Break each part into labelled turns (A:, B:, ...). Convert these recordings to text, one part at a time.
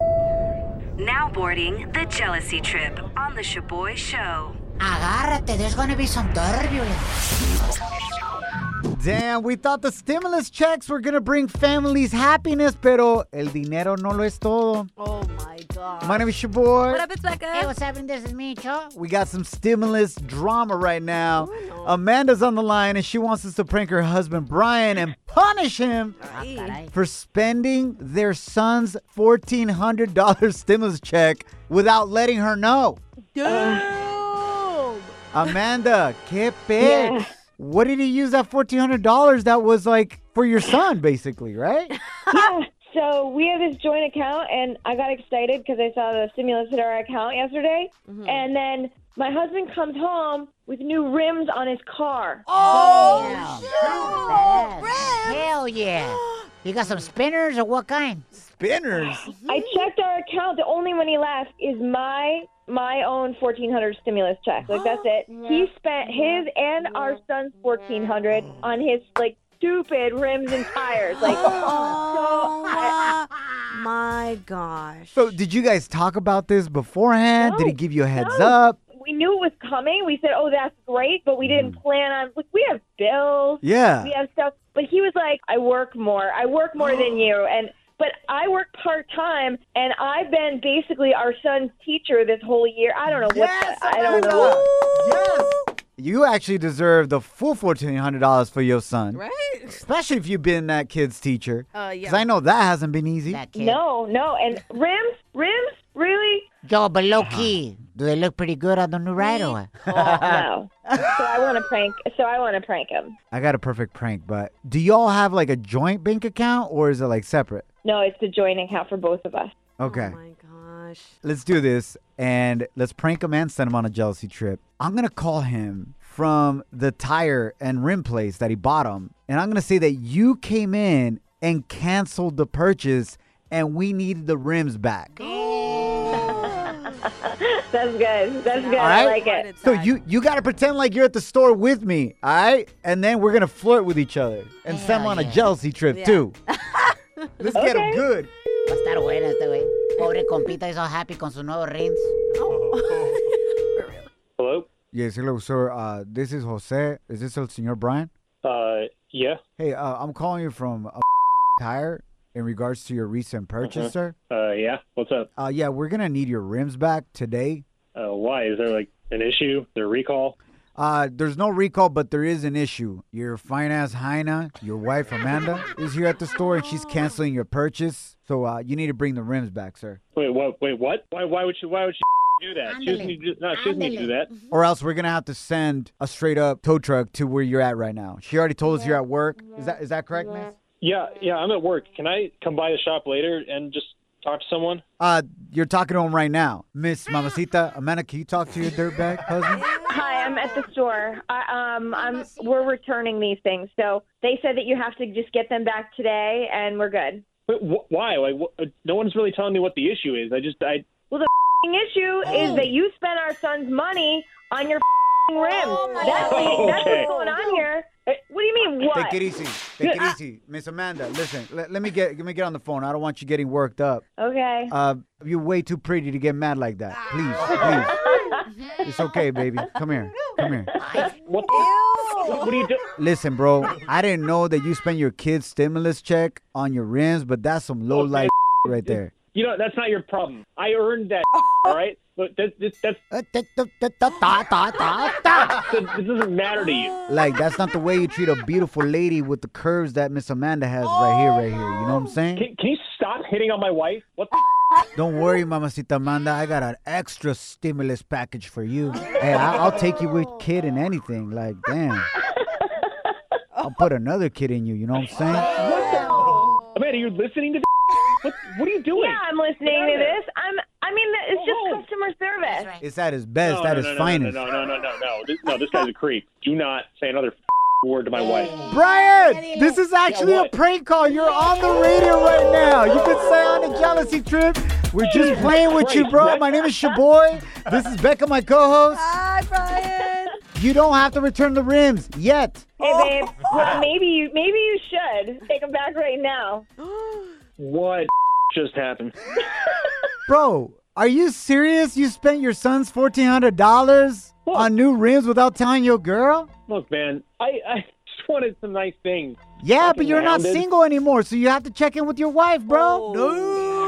A: Now boarding the jealousy trip on the Shaboy Show.
B: Agárrate, there's gonna be some turbulence.
C: Damn, we thought the stimulus checks were gonna bring families happiness, pero el dinero no lo es todo.
D: Oh my god.
C: My name is your boy.
D: What up? It's Becca.
B: Hey, what's happening? This is Micho.
C: We got some stimulus drama right now.
E: Oh,
C: Amanda's on the line and she wants us to prank her husband Brian and punish him
E: Ah,
D: Hey.
B: Caray.
C: for spending their son's $1,400 stimulus check without letting her know. Amanda, que pex. What did he use that $1,400 that was like for your son, basically, right?
E: yeah. So we have this joint account, and I got excited because I saw the stimulus hit our account yesterday. And then my husband comes home with new rims on his car.
B: Oh, yeah. Hell yeah. You got some spinners or what kind?
C: Spinners.
E: I checked our account. The only money left is my my own fourteen hundred stimulus check. Like that's it. He spent his and our son's fourteen hundred on his like stupid rims and tires. Like
D: Oh uh, my gosh.
C: So, did you guys talk about this beforehand? Did he
E: No,
C: give you a heads
E: no.
C: up?
E: we knew it was coming. We said, "Oh, that's great," but we didn't plan on. Like we have bills.
C: Yeah.
E: we have stuff. But he was like, I work more. I work more than you. And but I work part time, and I've been basically our son's teacher this whole year. I don't know what.
C: Yes,
E: the, I don't
C: Amanda.
E: know.
C: Yes. You actually deserve the full fourteen hundred dollars for your son,
D: Right?
C: especially if you've been that kid's teacher.
D: Uh,
C: Because I know that hasn't been easy.
B: That kid.
E: No, no. And rims, rims, really?
B: Yo, but low key, do they look pretty good on the new ride or what?
E: Oh, no. So I want to prank. So I want to prank him.
C: I got a perfect prank, but do y'all have like a joint bank account or is it like separate?
E: No, it's the joint account for both of us.
C: Okay,
D: Oh my gosh.
C: let's do this and let's prank him and send him on a jealousy trip. I'm gonna call him from the tire and rim place that he bought him, and I'm gonna say that you came in and canceled the purchase, and we needed the rims back.
E: That's good. That's good.
C: right.
E: I like it.
C: So you you gotta pretend like you're at the store with me, all right? And then we're gonna flirt with each other and send
B: Hell
C: on a
B: yeah.
C: jealousy trip too. Let's get him
E: Okay.
C: good.
B: Va a estar buena este güey. Pobre compita, he's all happy con sus nuevos rings.
F: Hello.
C: Yes, hello, sir. Uh, this is Jose. Is this el señor Brian?
F: Uh, yeah.
C: Hey, uh, I'm calling you from a tire in regards to your recent purchase, sir.
F: Uh, yeah. What's up?
C: Uh, yeah, we're gonna need your rims back today.
F: Uh, why is there like an issue? The recall?
C: Uh, there's no recall, but there is an issue. Your finance Heina, your wife Amanda, is here at the store and she's canceling your purchase. So uh, you need to bring the rims back, sir.
F: Wait, what? Wait, what? Why? Why would she? Why would she do that? She doesn't need to. No, she doesn't need to do that.
C: Or else we're gonna have to send a straight up tow truck to where you're at right now. She already told us you're at work. Is that is that correct, miss?
F: Yeah, yeah. I'm at work. Can I come by the shop later and just talk to someone?
C: Uh, you're talking to him right now, Miss Mamacita. Amanda, can you talk to your dirtbag husband?
E: Hi, I'm at the store. I, um, I'm. We're returning these things. So they said that you have to just get them back today, and we're good.
F: Wait, wh- why? Like, wh- uh, no one's really telling me what the issue is. I just, I.
E: f***ing issue
C: Oh.
E: is that you spent our son's money on your f***ing rims. that's,
F: God.
E: that's
F: Okay.
E: what's going on here. Eh, What do you mean what?
C: Take it easy. Take it easy, Miss Amanda. Listen, let, let me get let me get on the phone. I don't want you getting worked up.
E: Okay.
C: Uh, you're way too pretty to get mad like that. Please, please. It's okay, baby. Come here. Come here.
F: What? The, what, what are you doing?
C: Listen, bro. I didn't know that you spent your kid's stimulus check on your rims, but that's some low life right there.
F: You know, that's not your problem. I earned that. all right. But that, this, that's that, this doesn't matter to you.
C: Like that's not the way you treat a beautiful lady with the curves that Miss Amanda has right here, right here. You know what I'm saying?
F: Can, can you stop hitting on my wife? What? The
C: Don't worry, Mamacita Amanda. I got an extra stimulus package for you. Hey, I- I'll take you with kid and anything. Like, damn. I'll put another kid in you. You know what I'm saying?
F: Amanda, you're listening to. What, what are you doing?
E: Yeah, I'm listening
F: Get
E: to
F: out of there.
E: this. I'm. I mean, it's just
C: Oh.
F: home.
E: customer service.
C: It's at his best,
F: No,
C: at
F: no,
C: his
F: no, no,
C: finest.
F: No, no, no, no, no, no. This, no, this guy's a creep. Do not say another f- word to my wife.
C: Brian, this is actually a
F: what?
C: prank call. You're on the radio right now. You could say on a jealousy trip. We're just playing with you, bro. My name is Shaboy. This is Becca, my co-host.
D: Hi, Brian.
C: You don't have to return the rims yet.
E: Hey, babe. Well, maybe you. Maybe you should take them back right now.
F: What just happened?
C: Bro, are you serious? You spent your son's $1,400 on new rims without telling your girl?
F: Look, man, I, I just wanted some nice things.
C: Yeah, but
F: Fucking
C: you're not
F: rounded.
C: single anymore, so you have to check in with your wife,
D: Oh.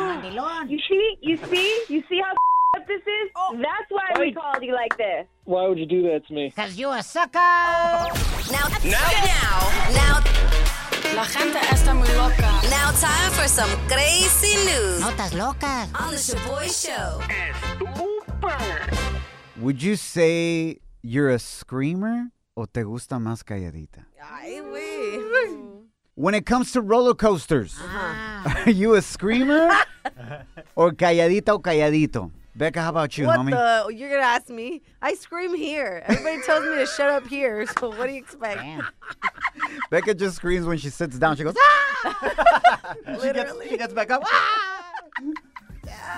C: bro.
E: You see? You see? You see how up this is?
C: Oh.
E: That's why we called you like this.
F: Why would you do that to me?
B: Because you a sucker.
A: Now, now, now,
G: La gente está muy loca.
A: now, time for some crazy news
B: Notas locas.
A: on the Shaboy Show.
C: Would you say you're a screamer or te gusta más calladita?
D: Ay, güey.
C: When it comes to roller coasters,
D: Uh-huh.
C: are you a screamer or calladita o calladito? Becca, how about you,
D: What
C: homie?
D: the? You're gonna ask me? I scream here. Everybody tells me to shut up here. So what do you expect?
B: Damn.
C: Becca just screams when she sits down. She goes, ah! she, gets, she gets back up, ah!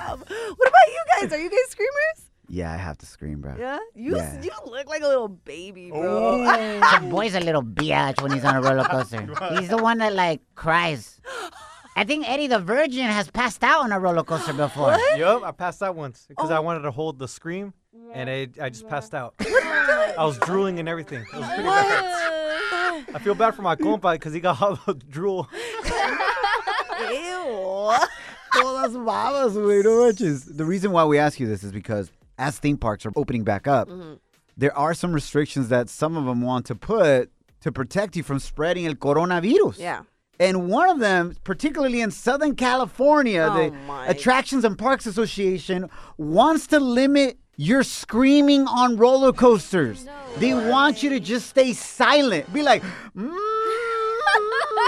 D: Um, what about you guys? Are you guys screamers?
C: Yeah, I have to scream, bro.
D: Yeah. You
C: Yeah.
D: you look like a little baby, bro.
B: That boy's a little biatch when he's on a roller coaster. he's the one that like cries. I think Eddie the Virgin has passed out on a roller coaster before.
H: Yup, I passed out once because I wanted to hold the scream, and I, I just passed out. I was drooling and everything. It was pretty bad. I feel bad for my compa because he got all the drool.
D: Ew.
C: Todas babas, güey, no manches. The reason why we ask you this is because as theme parks are opening back up,
D: Mm-hmm.
C: there are some restrictions that some of them want to put to protect you from spreading el coronavirus.
D: Yeah.
C: And one of them, particularly in Southern California,
D: Oh,
C: the
D: my.
C: Attractions and Parks Association wants to limit your screaming on roller coasters. they want you to just stay silent. Be like,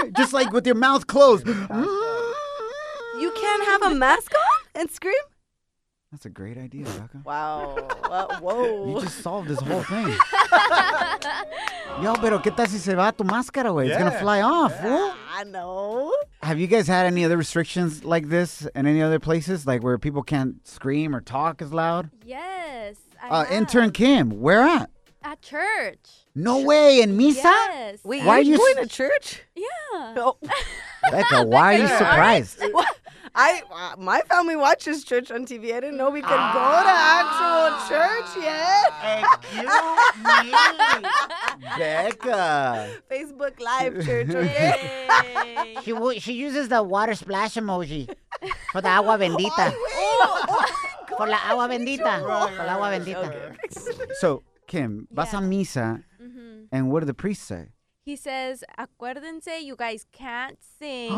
C: "Mm," just like with your mouth closed. "Mm."
D: You can't have a mask on and scream?
C: That's a great idea, Becca.
D: Wow. Well,
C: You
D: whoa.
C: just solved this whole thing. Yo, pero qué tal si se va tu máscara, güey? It's gonna
H: Yeah.
C: fly off, fool.
D: I know.
C: Have you guys had any other restrictions like this in any other places, like where people can't scream or talk as loud?
I: Yes. I
C: Uh,
I: have.
C: intern Kim, where at?
I: At church.
C: No way, in misa.
I: Yes.
D: Wait,
C: Why
D: why are
C: are you
D: you going
C: s-
D: to church?
I: Yeah.
D: No.
C: Becca, why are you
H: Yeah.
C: surprised?
D: What? I uh, my family watches church on TV. I didn't know we could
J: Ah.
D: go to actual church yet.
C: Becca.
D: Facebook Live church. Okay?
I: Yay.
B: She wo- she uses the water splash emoji for the agua bendita.
D: Oh
B: For la agua bendita. For la agua bendita.
C: So, Kim, vas a misa,
I: Mhm.
C: and what did the priest say?
I: He says, "Acuérdense, you guys can't sing.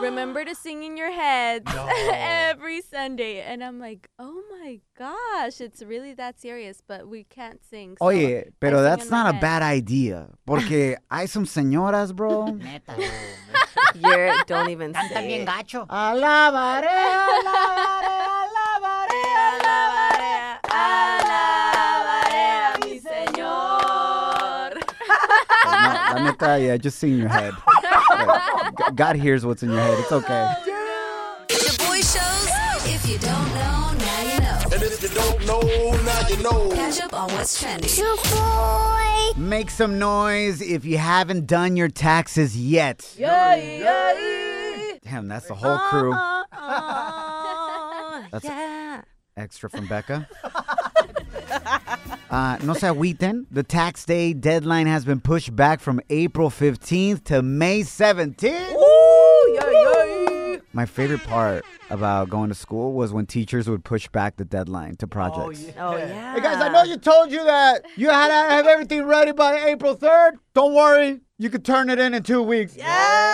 I: Remember to sing in your heads every Sunday." And I'm like, "Oh my gosh, it's really that serious, but we can't sing." so
C: Oye, pero
I: I sing
C: that's
I: in my
C: not a
I: head."
C: bad idea. Porque hay some señoras, bro.
B: Neta.
D: You're, don't even
B: Canta
D: say
B: bien
D: it. Uh,
B: gacho.
C: Alabaré, alabaré, alabaré.
I: Alabaré, alabaré a mi Señor.
C: No, la neta, yeah, just sing in your head. Like, G- God hears what's in your head. It's okay.
A: Shaboy shows. If you don't know, now you know.
K: And if you don't know, now you know.
A: Catch up on what's trending.
C: Make some noise if you haven't done your taxes yet. Damn, that's the whole crew. That's extra from Becca. Uh, no se agüiten. The tax day deadline has been pushed back from April 15th to May 17th. My favorite part about going to school was when teachers would push back the deadline to projects.
D: Oh yeah.
C: Hey guys, I know you told you that you had to have everything ready by April 3rd. Don't worry, you could turn it in in two weeks. Yeah!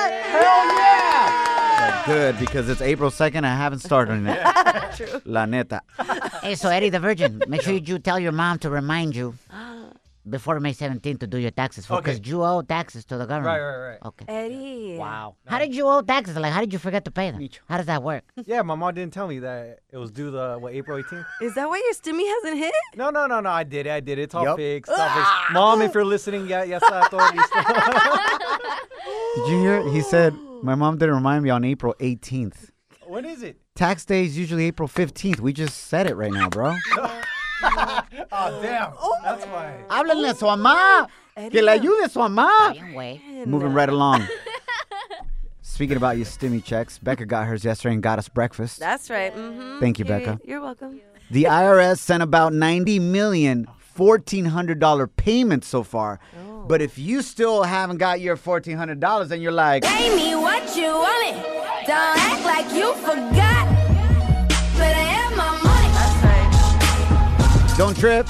C: Hell yeah! Good, because it's April 2nd. I haven't started on it. La neta.
B: Hey, so Eddie the Virgin, make sure you do tell your mom to remind you before May 17th to do your taxes for because
H: Okay.
B: you owe taxes to the government.
H: right, right.
B: Okay.
D: Eddie.
B: Wow. How did you owe taxes? Like, how did you forget to pay them? How does that work?
H: Yeah, my mom didn't tell me that it was due the what April 18th.
D: Is that why your stimmy hasn't hit?
H: No, no, no, no. I did it. I did it. It's all
C: Yup.
H: fixed. It's all fixed. Mom, if you're listening, yeah, yes, I thought you.
C: Did you hear? He said, My mom didn't remind me on April 18th.
H: when is it?
C: Tax day is usually April 15th. We just said it right now, bro.
H: Oh, damn. That's why.
C: Háblenle a su mamá. Que le ayude su mamá.
B: Bien, güey.
C: Moving right along. Speaking about your stimmy checks, Becca got hers yesterday and got us breakfast.
D: That's right. Mm-hmm.
C: Thank you, Becca.
D: You're welcome.
C: The IRS sent about 90 million $1,400 payments so far.
D: Oh.
C: But if you still haven't got your $1,400, then you're like,
G: Pay me what you want it. Don't act like you forgot. Better have my money.
C: Don't trip.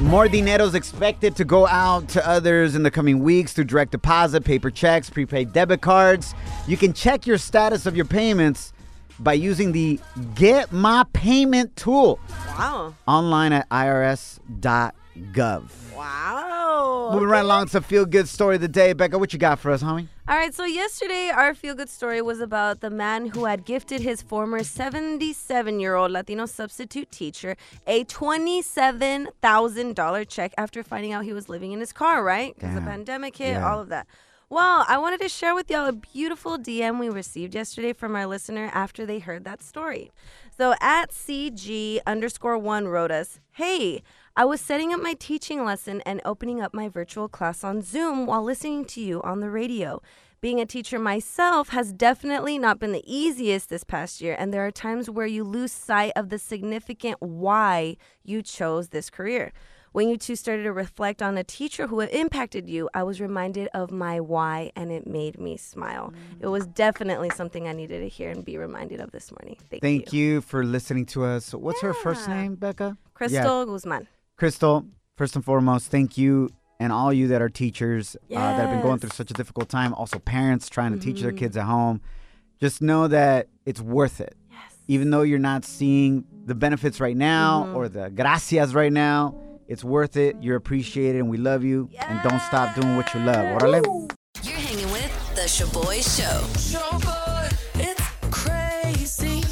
C: More dineros expected to go out to others in the coming weeks through direct deposit, paper checks, prepaid debit cards. You can check your status of your payments by using the Get My Payment tool
D: Wow.
C: online at irs.gov.
D: Wow.
C: Moving right along to Feel Good Story of the Day. Becca, what you got for us, homie?
D: All right, so yesterday our feel good story was about the man who had gifted his former 77 year old Latino substitute teacher a $27,000 check after finding out he was living in his car, right? Because the
C: Damn.
D: pandemic hit,
C: Yeah.
D: all of that. Well, I wanted to share with y'all a beautiful DM we received yesterday from our listener after they heard that story. So at CG underscore one wrote us, Hey, I was setting up my teaching lesson and opening up my virtual class on Zoom while listening to you on the radio. Being a teacher myself has definitely not been the easiest this past year, and there are times where you lose sight of the significant why you chose this career. When you two started to reflect on a teacher who had impacted you, I was reminded of my why and it made me smile. It was definitely something I needed to hear and be reminded of this morning. Thank,
C: Thank
D: you.
C: you for listening to us. What's her first name, Becca?
D: Crystal Guzman.
C: Crystal, first and foremost, thank you and all you that are teachers uh, that have been going through such a difficult time. Also, parents trying to teach
D: Mm-hmm.
C: their kids at home. Just know that it's worth it. Yes. Even though you're not seeing the benefits right now
D: Mm-hmm.
C: or the gracias right now, it's worth it. You're appreciated and we love you. And don't stop doing what you love. Orale.
G: You're hanging with The Shaboy Show. Shaboy, it's crazy.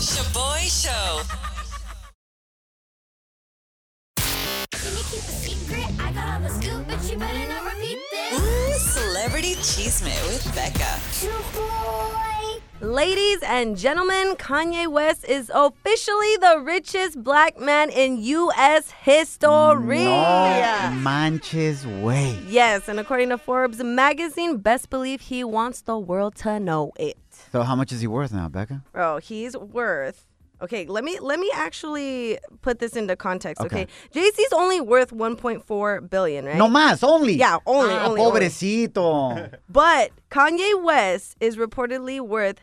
G: Shaboy Show. Ooh, Celebrity Cheesemate with Becca.
D: Ladies and gentlemen, Kanye West is officially the richest black man in U.S. history.
C: No manches way.
D: Yes, and according to Forbes magazine, best believe he wants the world to know it.
C: So, how much is he worth now, Becca?
D: Bro, Oh, he's worth. Okay, let me let me actually put this into context. Okay,
C: Okay.
D: Jay-Z's only worth 1.4 billion, right?
C: No más, only.
D: Yeah, only,
C: Ah,
D: only, only.
C: pobrecito.
D: But Kanye West is reportedly worth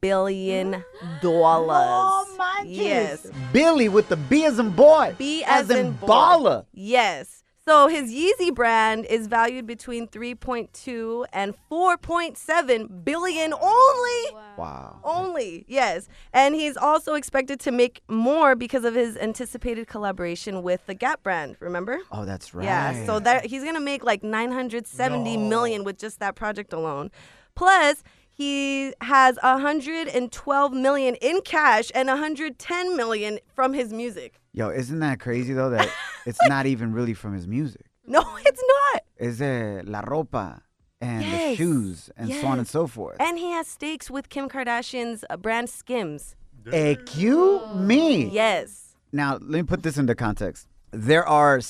D: billion dollars. Oh my Yes.
C: Billy with the B as in boy.
D: B
C: as,
D: as
C: in,
D: in boy.
C: baller.
D: Yes. So his Yeezy brand is valued between 3.2 and 4.7 billion only.
C: Wow.
D: Only, yes. And he's also expected to make more because of his anticipated collaboration with the Gap brand, remember?
C: Oh, that's right.
D: Yeah, so that he's gonna make like nine hundred seventy million with just that project alone. Plus, he has hundred and twelve million in cash and hundred ten million from his music.
C: Yo, isn't that crazy though that it's not even really from his music.
D: No, it's not.
C: It's uh, la ropa and the
D: Yes.
C: shoes and so on and
D: Yes.
C: so forth.
D: And he has stakes with Kim Kardashian's uh, brand Skims.
C: EQ me.
D: Yes.
C: Now, let me put this into context. There are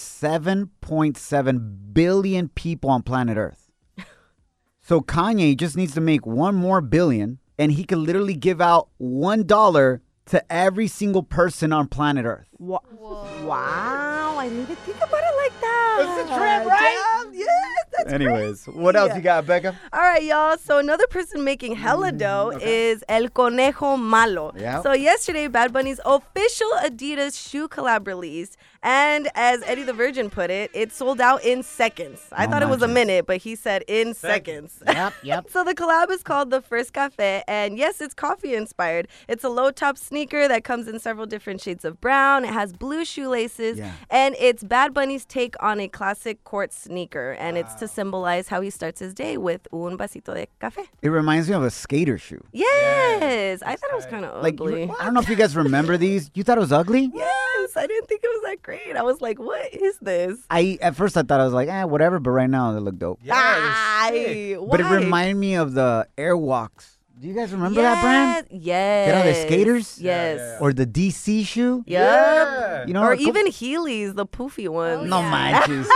C: 7.7 billion people on planet Earth. So Kanye just needs to make one more billion and he could literally give out $1 to every single person on planet Earth.
D: Wa- Wow, I didn't even think about it like that. It's a trip, right? Yes, that's
C: Anyways, what else
D: Yeah.
C: you got, Becca?
D: All right, y'all. So another person making hella dough is El Conejo Malo.
C: Yeah.
D: So yesterday, Bad Bunny's official Adidas shoe collab released, And as Eddie the Virgin put it, it sold out in seconds. I
B: Oh
D: thought it
B: my
D: was a
B: goodness.
D: minute, but he said in seconds.
B: Yep, yep.
D: So the collab is called The First Cafe, and yes, it's coffee inspired. It's a low top sneaker that comes in several different shades of brown. It has blue shoelaces,
J: Yeah.
D: and it's Bad Bunny's take on a classic court sneaker, and it's to symbolize how he starts his day with un vasito de café.
C: It reminds me of a skater shoe.
D: Yes, I thought it was kind of
C: Like you-
D: ugly.
C: I don't know if you guys remember these. You thought it was ugly?
D: yes, I didn't think it was that great. I was like, what is this?
C: I at first I thought I was like, eh, whatever, but right now they look dope.
D: Ay,
C: But it
D: why?
C: reminded me of the Airwalks. Do you guys remember that brand?
D: Yes.
C: You know, the skaters?
D: Yes.
C: Or the DC shoe?
D: Yep.
C: You know,
D: or
C: a couple- Oh,
D: even Heelys, the poofy ones.
C: No manches.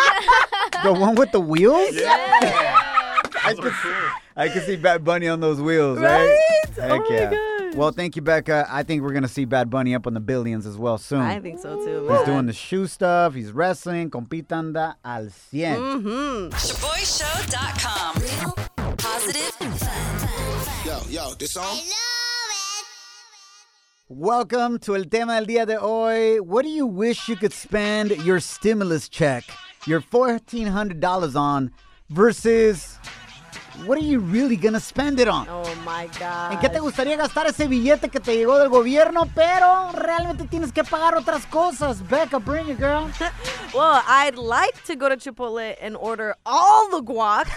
C: the one with the wheels? I could, I could see Bad Bunny on those wheels, right?
D: Right?
C: Heck yeah. Well, thank you, Becca. I think we're going to see Bad Bunny up on the billions as well soon.
D: I think so too.
C: He's doing the shoe stuff. He's wrestling. Compitanda al cien.
D: Mm-hmm.
J: ShaboyShow.com. Real, positive,
K: Yo, yo, this song?
C: Welcome to El Tema del Día de Hoy. What do you wish you could spend your stimulus check, your $1,400 on, versus what are you really going to spend it on?
D: Oh my God.
C: ¿En qué te gustaría gastar ese billete que te llegó del gobierno, pero realmente tienes que pagar otras cosas? Becca, bring it, girl.
D: Well, I'd like to go to Chipotle and order all the guac.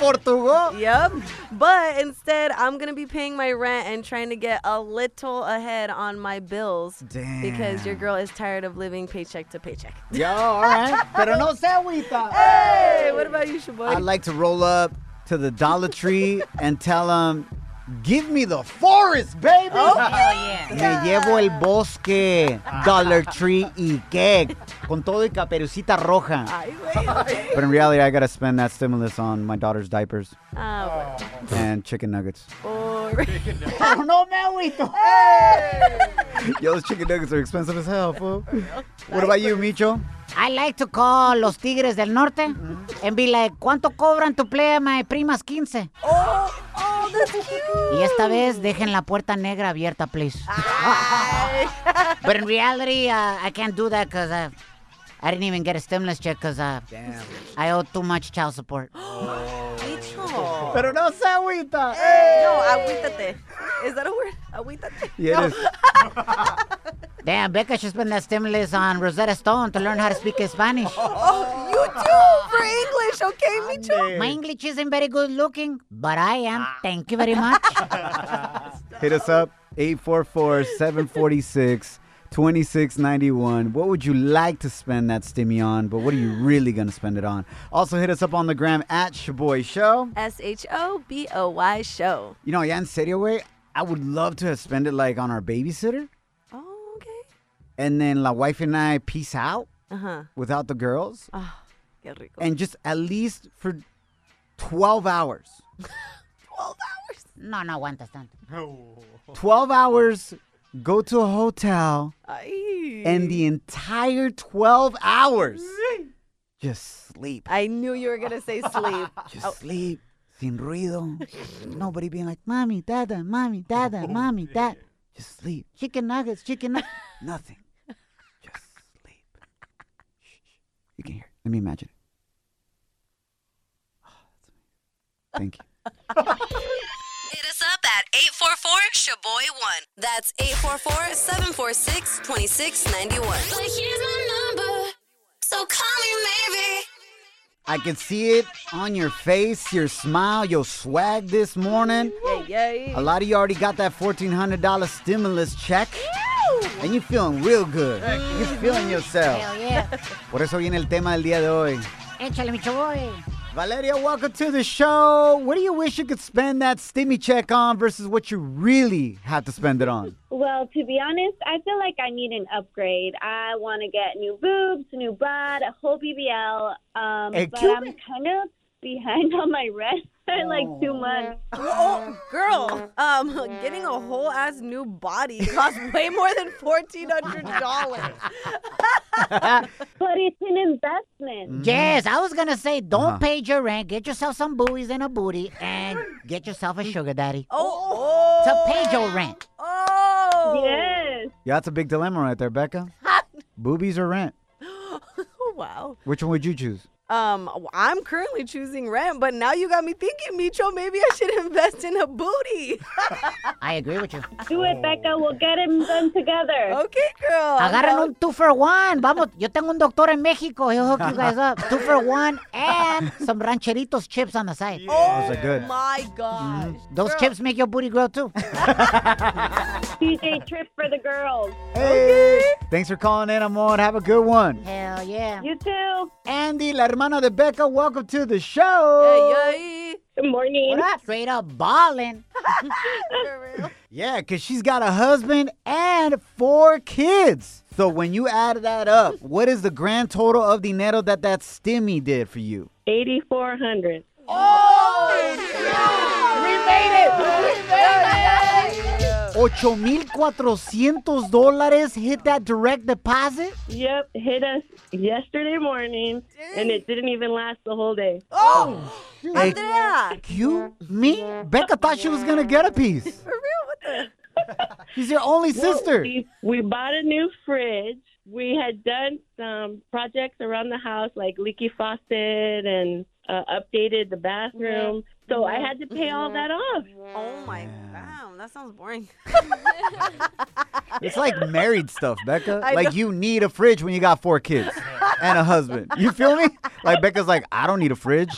C: Portugal.
D: Yep. But instead, I'm going to be paying my rent and trying to get a little ahead on my bills because your girl is tired of living paycheck to paycheck.
C: Yo, all right. Pero no se agüita.
D: Hey, what about you, Shaboy?
C: I'd like to roll up to the Dollar Tree and tell them, give me the forest, baby. Me llevo el bosque, Dollar Tree y qué. Con todo y caperucita roja. But in reality, I gotta spend that stimulus on my daughter's diapers
D: Ah,
C: and chicken nuggets.
D: well.
C: Pero no me agüito. Yo, those chicken nuggets are expensive as hell, fool. What about you, Micho?
B: I like to call los Tigres del Norte and be like, ¿cuánto cobran to play at my primas 15?
D: Oh, that's cute.
B: Y esta vez dejen la puerta negra abierta, please. But in reality, uh, I can't do that because I, I didn't even get a stimulus check because uh, I owe too much child support.
C: Pero no se agüita.
D: No, agüítate. Is that a word? Agüítate.
C: Yeah, it is.
B: Damn, Becca should spend that stimulus on Rosetta Stone to learn how to speak Spanish.
D: Oh, you do for English, okay, me too.
B: My English isn't very good looking, but I am.
D: Ah.
B: Thank you very much.
C: Hit us up 844 746 2691. What would you like to spend that stimmy on? But what are you really going to spend it on? Also, hit us up on the gram at Shaboy Show.
D: S H O B O Y show.
C: You know, yeah, in serio, way, I would love to have spent it like on our babysitter.
D: Oh, okay.
C: And then la wife and I peace out
D: Uh huh.
C: without the girls.
D: Ah, qué rico.
C: And just at least for 12 hours.
B: No, no aguantas tanto.
C: 12 hours, go to a hotel,
D: Ay.
C: and the entire 12 hours, just sleep.
D: I knew you were gonna say sleep.
C: Just sleep, sin ruido. Nobody being like, mommy, dada, mommy, dada, mommy, dad. Just sleep. Chicken nuggets, chicken nuggets. Nothing. Just sleep. You can hear it. Let me imagine it. Oh, that's amazing. Thank you.
A: Hit us up at 844-SHABOY1.
D: That's
G: But
D: 844-746-2691.
G: here's my number, so call me maybe.
C: I can see it on your face, your smile, your swag this morning.
D: Yay.
C: A lot of you already got that $1,400 stimulus check. And you feeling real good. You're feeling yourself.
B: Hell yeah.
C: Por eso viene el tema del día de hoy.
B: Échale, mi chavoy.
C: Valeria, welcome to the show. What do you wish you could spend that stimmy check on versus what you really have to spend it on?
L: Well, to be honest, I feel like I need an upgrade. I want to get new boobs, new butt, a whole BBL. Um,
C: A
L: but
C: cube?
L: I'm kind of behind on my rent by like two months.
D: Oh, girl, um, getting a whole ass new body costs way more than fourteen hundred dollars.
L: But it's an investment.
B: Yes, I was gonna say, don't
L: Uh-huh.
B: pay your rent. Get yourself some buoys and a booty, and get yourself a sugar daddy
D: Oh,
B: to pay your rent.
D: oh,
L: Yes.
C: Yeah, that's a big dilemma right there, Becca. Boobies or rent?
D: Oh, wow.
C: Which one would you choose?
D: Um, I'm currently choosing rent, but now you got me thinking, Micho. Maybe I should invest in a booty.
B: I agree with you.
L: Do it, Becca. We'll get them done together.
D: Okay, girl.
B: Agarren un two for one. Vamos, yo tengo un doctor en México. He'll hook you guys up. Two for one and some rancheritos chips on the side.
C: Those are good.
D: Oh
C: Mm-hmm.
D: My God.
B: Those chips make your booty grow too.
L: DJ trip for the girls.
C: Hey. Thanks for calling in, Amor. Have a good one.
B: Hell yeah.
L: You too.
C: Andy, la hermana de Becca, welcome to the show.
L: Good morning.
B: What up? Straight up balling.
C: Yeah, because she's got a husband and four kids. So when you add that up, what is the grand total of dinero that that stimmy did for you?
L: 8,400.
C: Ocho mil cuatrocientos dollars hit that direct deposit?
L: Yep, hit us yesterday morning, and it didn't even last the whole day.
D: Oh, Andrea.
C: Excuse me? Becca thought she was going to get a piece.
D: For real? What the?
C: She's your only
L: Well,
C: sister.
L: We, we bought a new fridge. We had done some projects around the house, like leaky faucet and uh, updated the bathroom. So I had to pay
M: Mm-hmm.
L: all that off.
D: Oh my God. That sounds boring.
C: It's like married stuff, Becca.
D: I
C: like
D: know.
C: you need a fridge when you got four kids and a husband. You feel me? Like Becca's like, I don't need a fridge.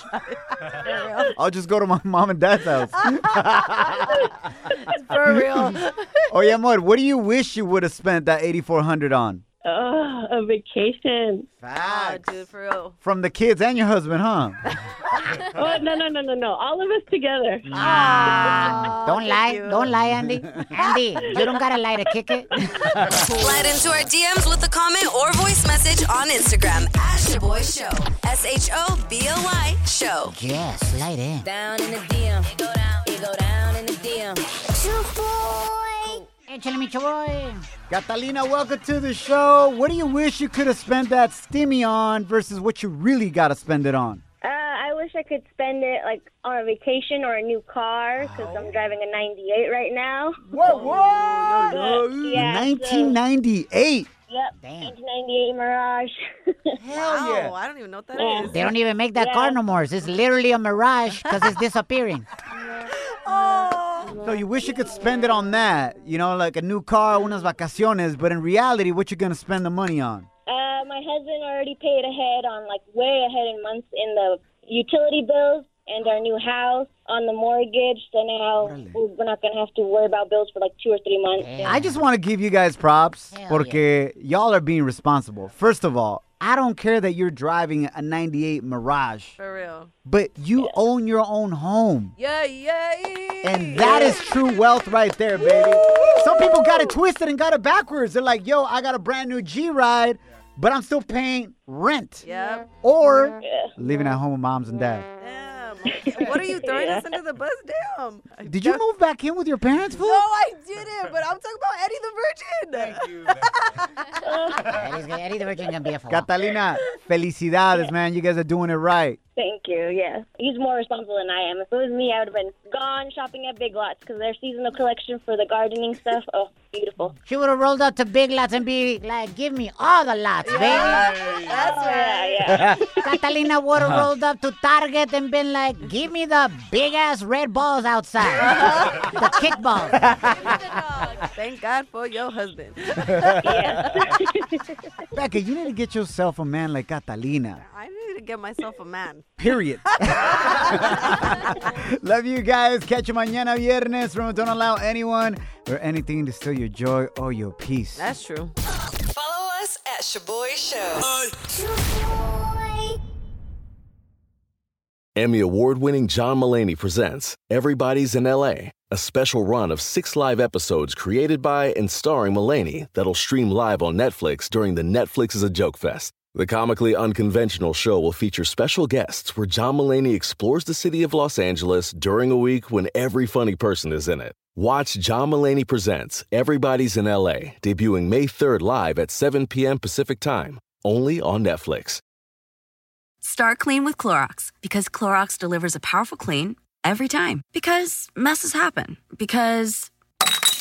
C: I'll just go to my mom and dad's house.
D: For real.
C: Oh yeah, Amor, what do you wish you would have spent that eighty four hundred on?
L: Oh, a vacation.
D: Oh, dude, for real.
C: From the kids and your husband, huh?
L: Oh, no, no, no, no, no. All of us together.
E: Ah.
B: Ah, Don't lie. Don't lie, Andy. Andy, you don't gotta lie to kick it.
J: Slide into our DMs with a comment or voice message on Instagram at Shaboy Show. S H O B O Y Show.
B: Yeah, slide in.
J: Down in the DM. It go down. It go down in the DM.
B: Échale, mi chaboy.
C: Catalina, welcome to the show. What do you wish you could have spent that stimmy on versus what you really gotta spend it on?
M: Uh, I wish I could spend it like on a vacation or a new car because
C: Oh.
M: I'm driving a 98 right now.
C: Whoa, whoa!
M: yeah,
C: Nineteen ninety eight.
M: So, yep, 1998 Mirage.
C: Hell
D: yeah. I don't even know what that is.
B: They don't even make that car no more. It's literally a mirage because it's disappearing.
C: So you wish you could spend it on that, you know, like a new car, unas vacaciones, but in reality, what you gonna spend the money on?
M: Uh, my husband already paid ahead on like way ahead in months in the utility bills and our new house on the mortgage. So now we're not gonna have to worry about bills for like two or three months.
C: I just want to give you guys props porque y'all are being responsible. First of all, I don't care that you're driving a 98 Mirage,
D: For real.
C: but you own your own home.
D: Yeah, yeah.
C: And that is true wealth right there, baby. Some people got it twisted and got it backwards. They're like, yo, I got a brand new G ride, but I'm still paying rent.
D: Yep.
C: Or living at home with moms and dad.
D: What are you throwing us under the bus? Damn.
C: Did you move back in with your parents,
D: No,
C: fool?
D: I didn't, but I'm talking about Eddie the Virgin. Thank you.
B: Eddie's gonna- Eddie the Virgin gonna be a fool.
C: Catalina, felicidades, man. You guys are doing it right.
M: Thank you. Yeah, he's more responsible than I am. If it was me, I would have been gone shopping at Big Lots because their seasonal collection for the gardening stuff. Oh, beautiful.
B: She would have rolled up to Big Lots and be like, give me all the lots, baby.
D: That's right.
B: Catalina would have rolled up to Target and been like, give me the big ass red balls outside. the kickball.
D: Thank God for your husband.
C: Becca, you need to get yourself a man like Catalina.
D: I need to get myself a man.
C: Period. Love you guys. Catch you mañana viernes. Remember, don't allow anyone or anything to steal your joy or your peace.
D: That's true.
J: Follow us at Shaboy Show.
N: Emmy award winning John Mullaney presents Everybody's in LA, a special run of six live episodes created by and starring Mullaney that'll stream live on Netflix during the Netflix is a Joke Fest. The comically unconventional show will feature special guests where John Mullaney explores the city of Los Angeles during a week when every funny person is in it. Watch John Mullaney Presents Everybody's in LA, debuting May 3rd live at 7 p.m. Pacific Time, only on Netflix.
A: Start clean with Clorox because Clorox delivers a powerful clean every time. Because messes happen. Because
D: And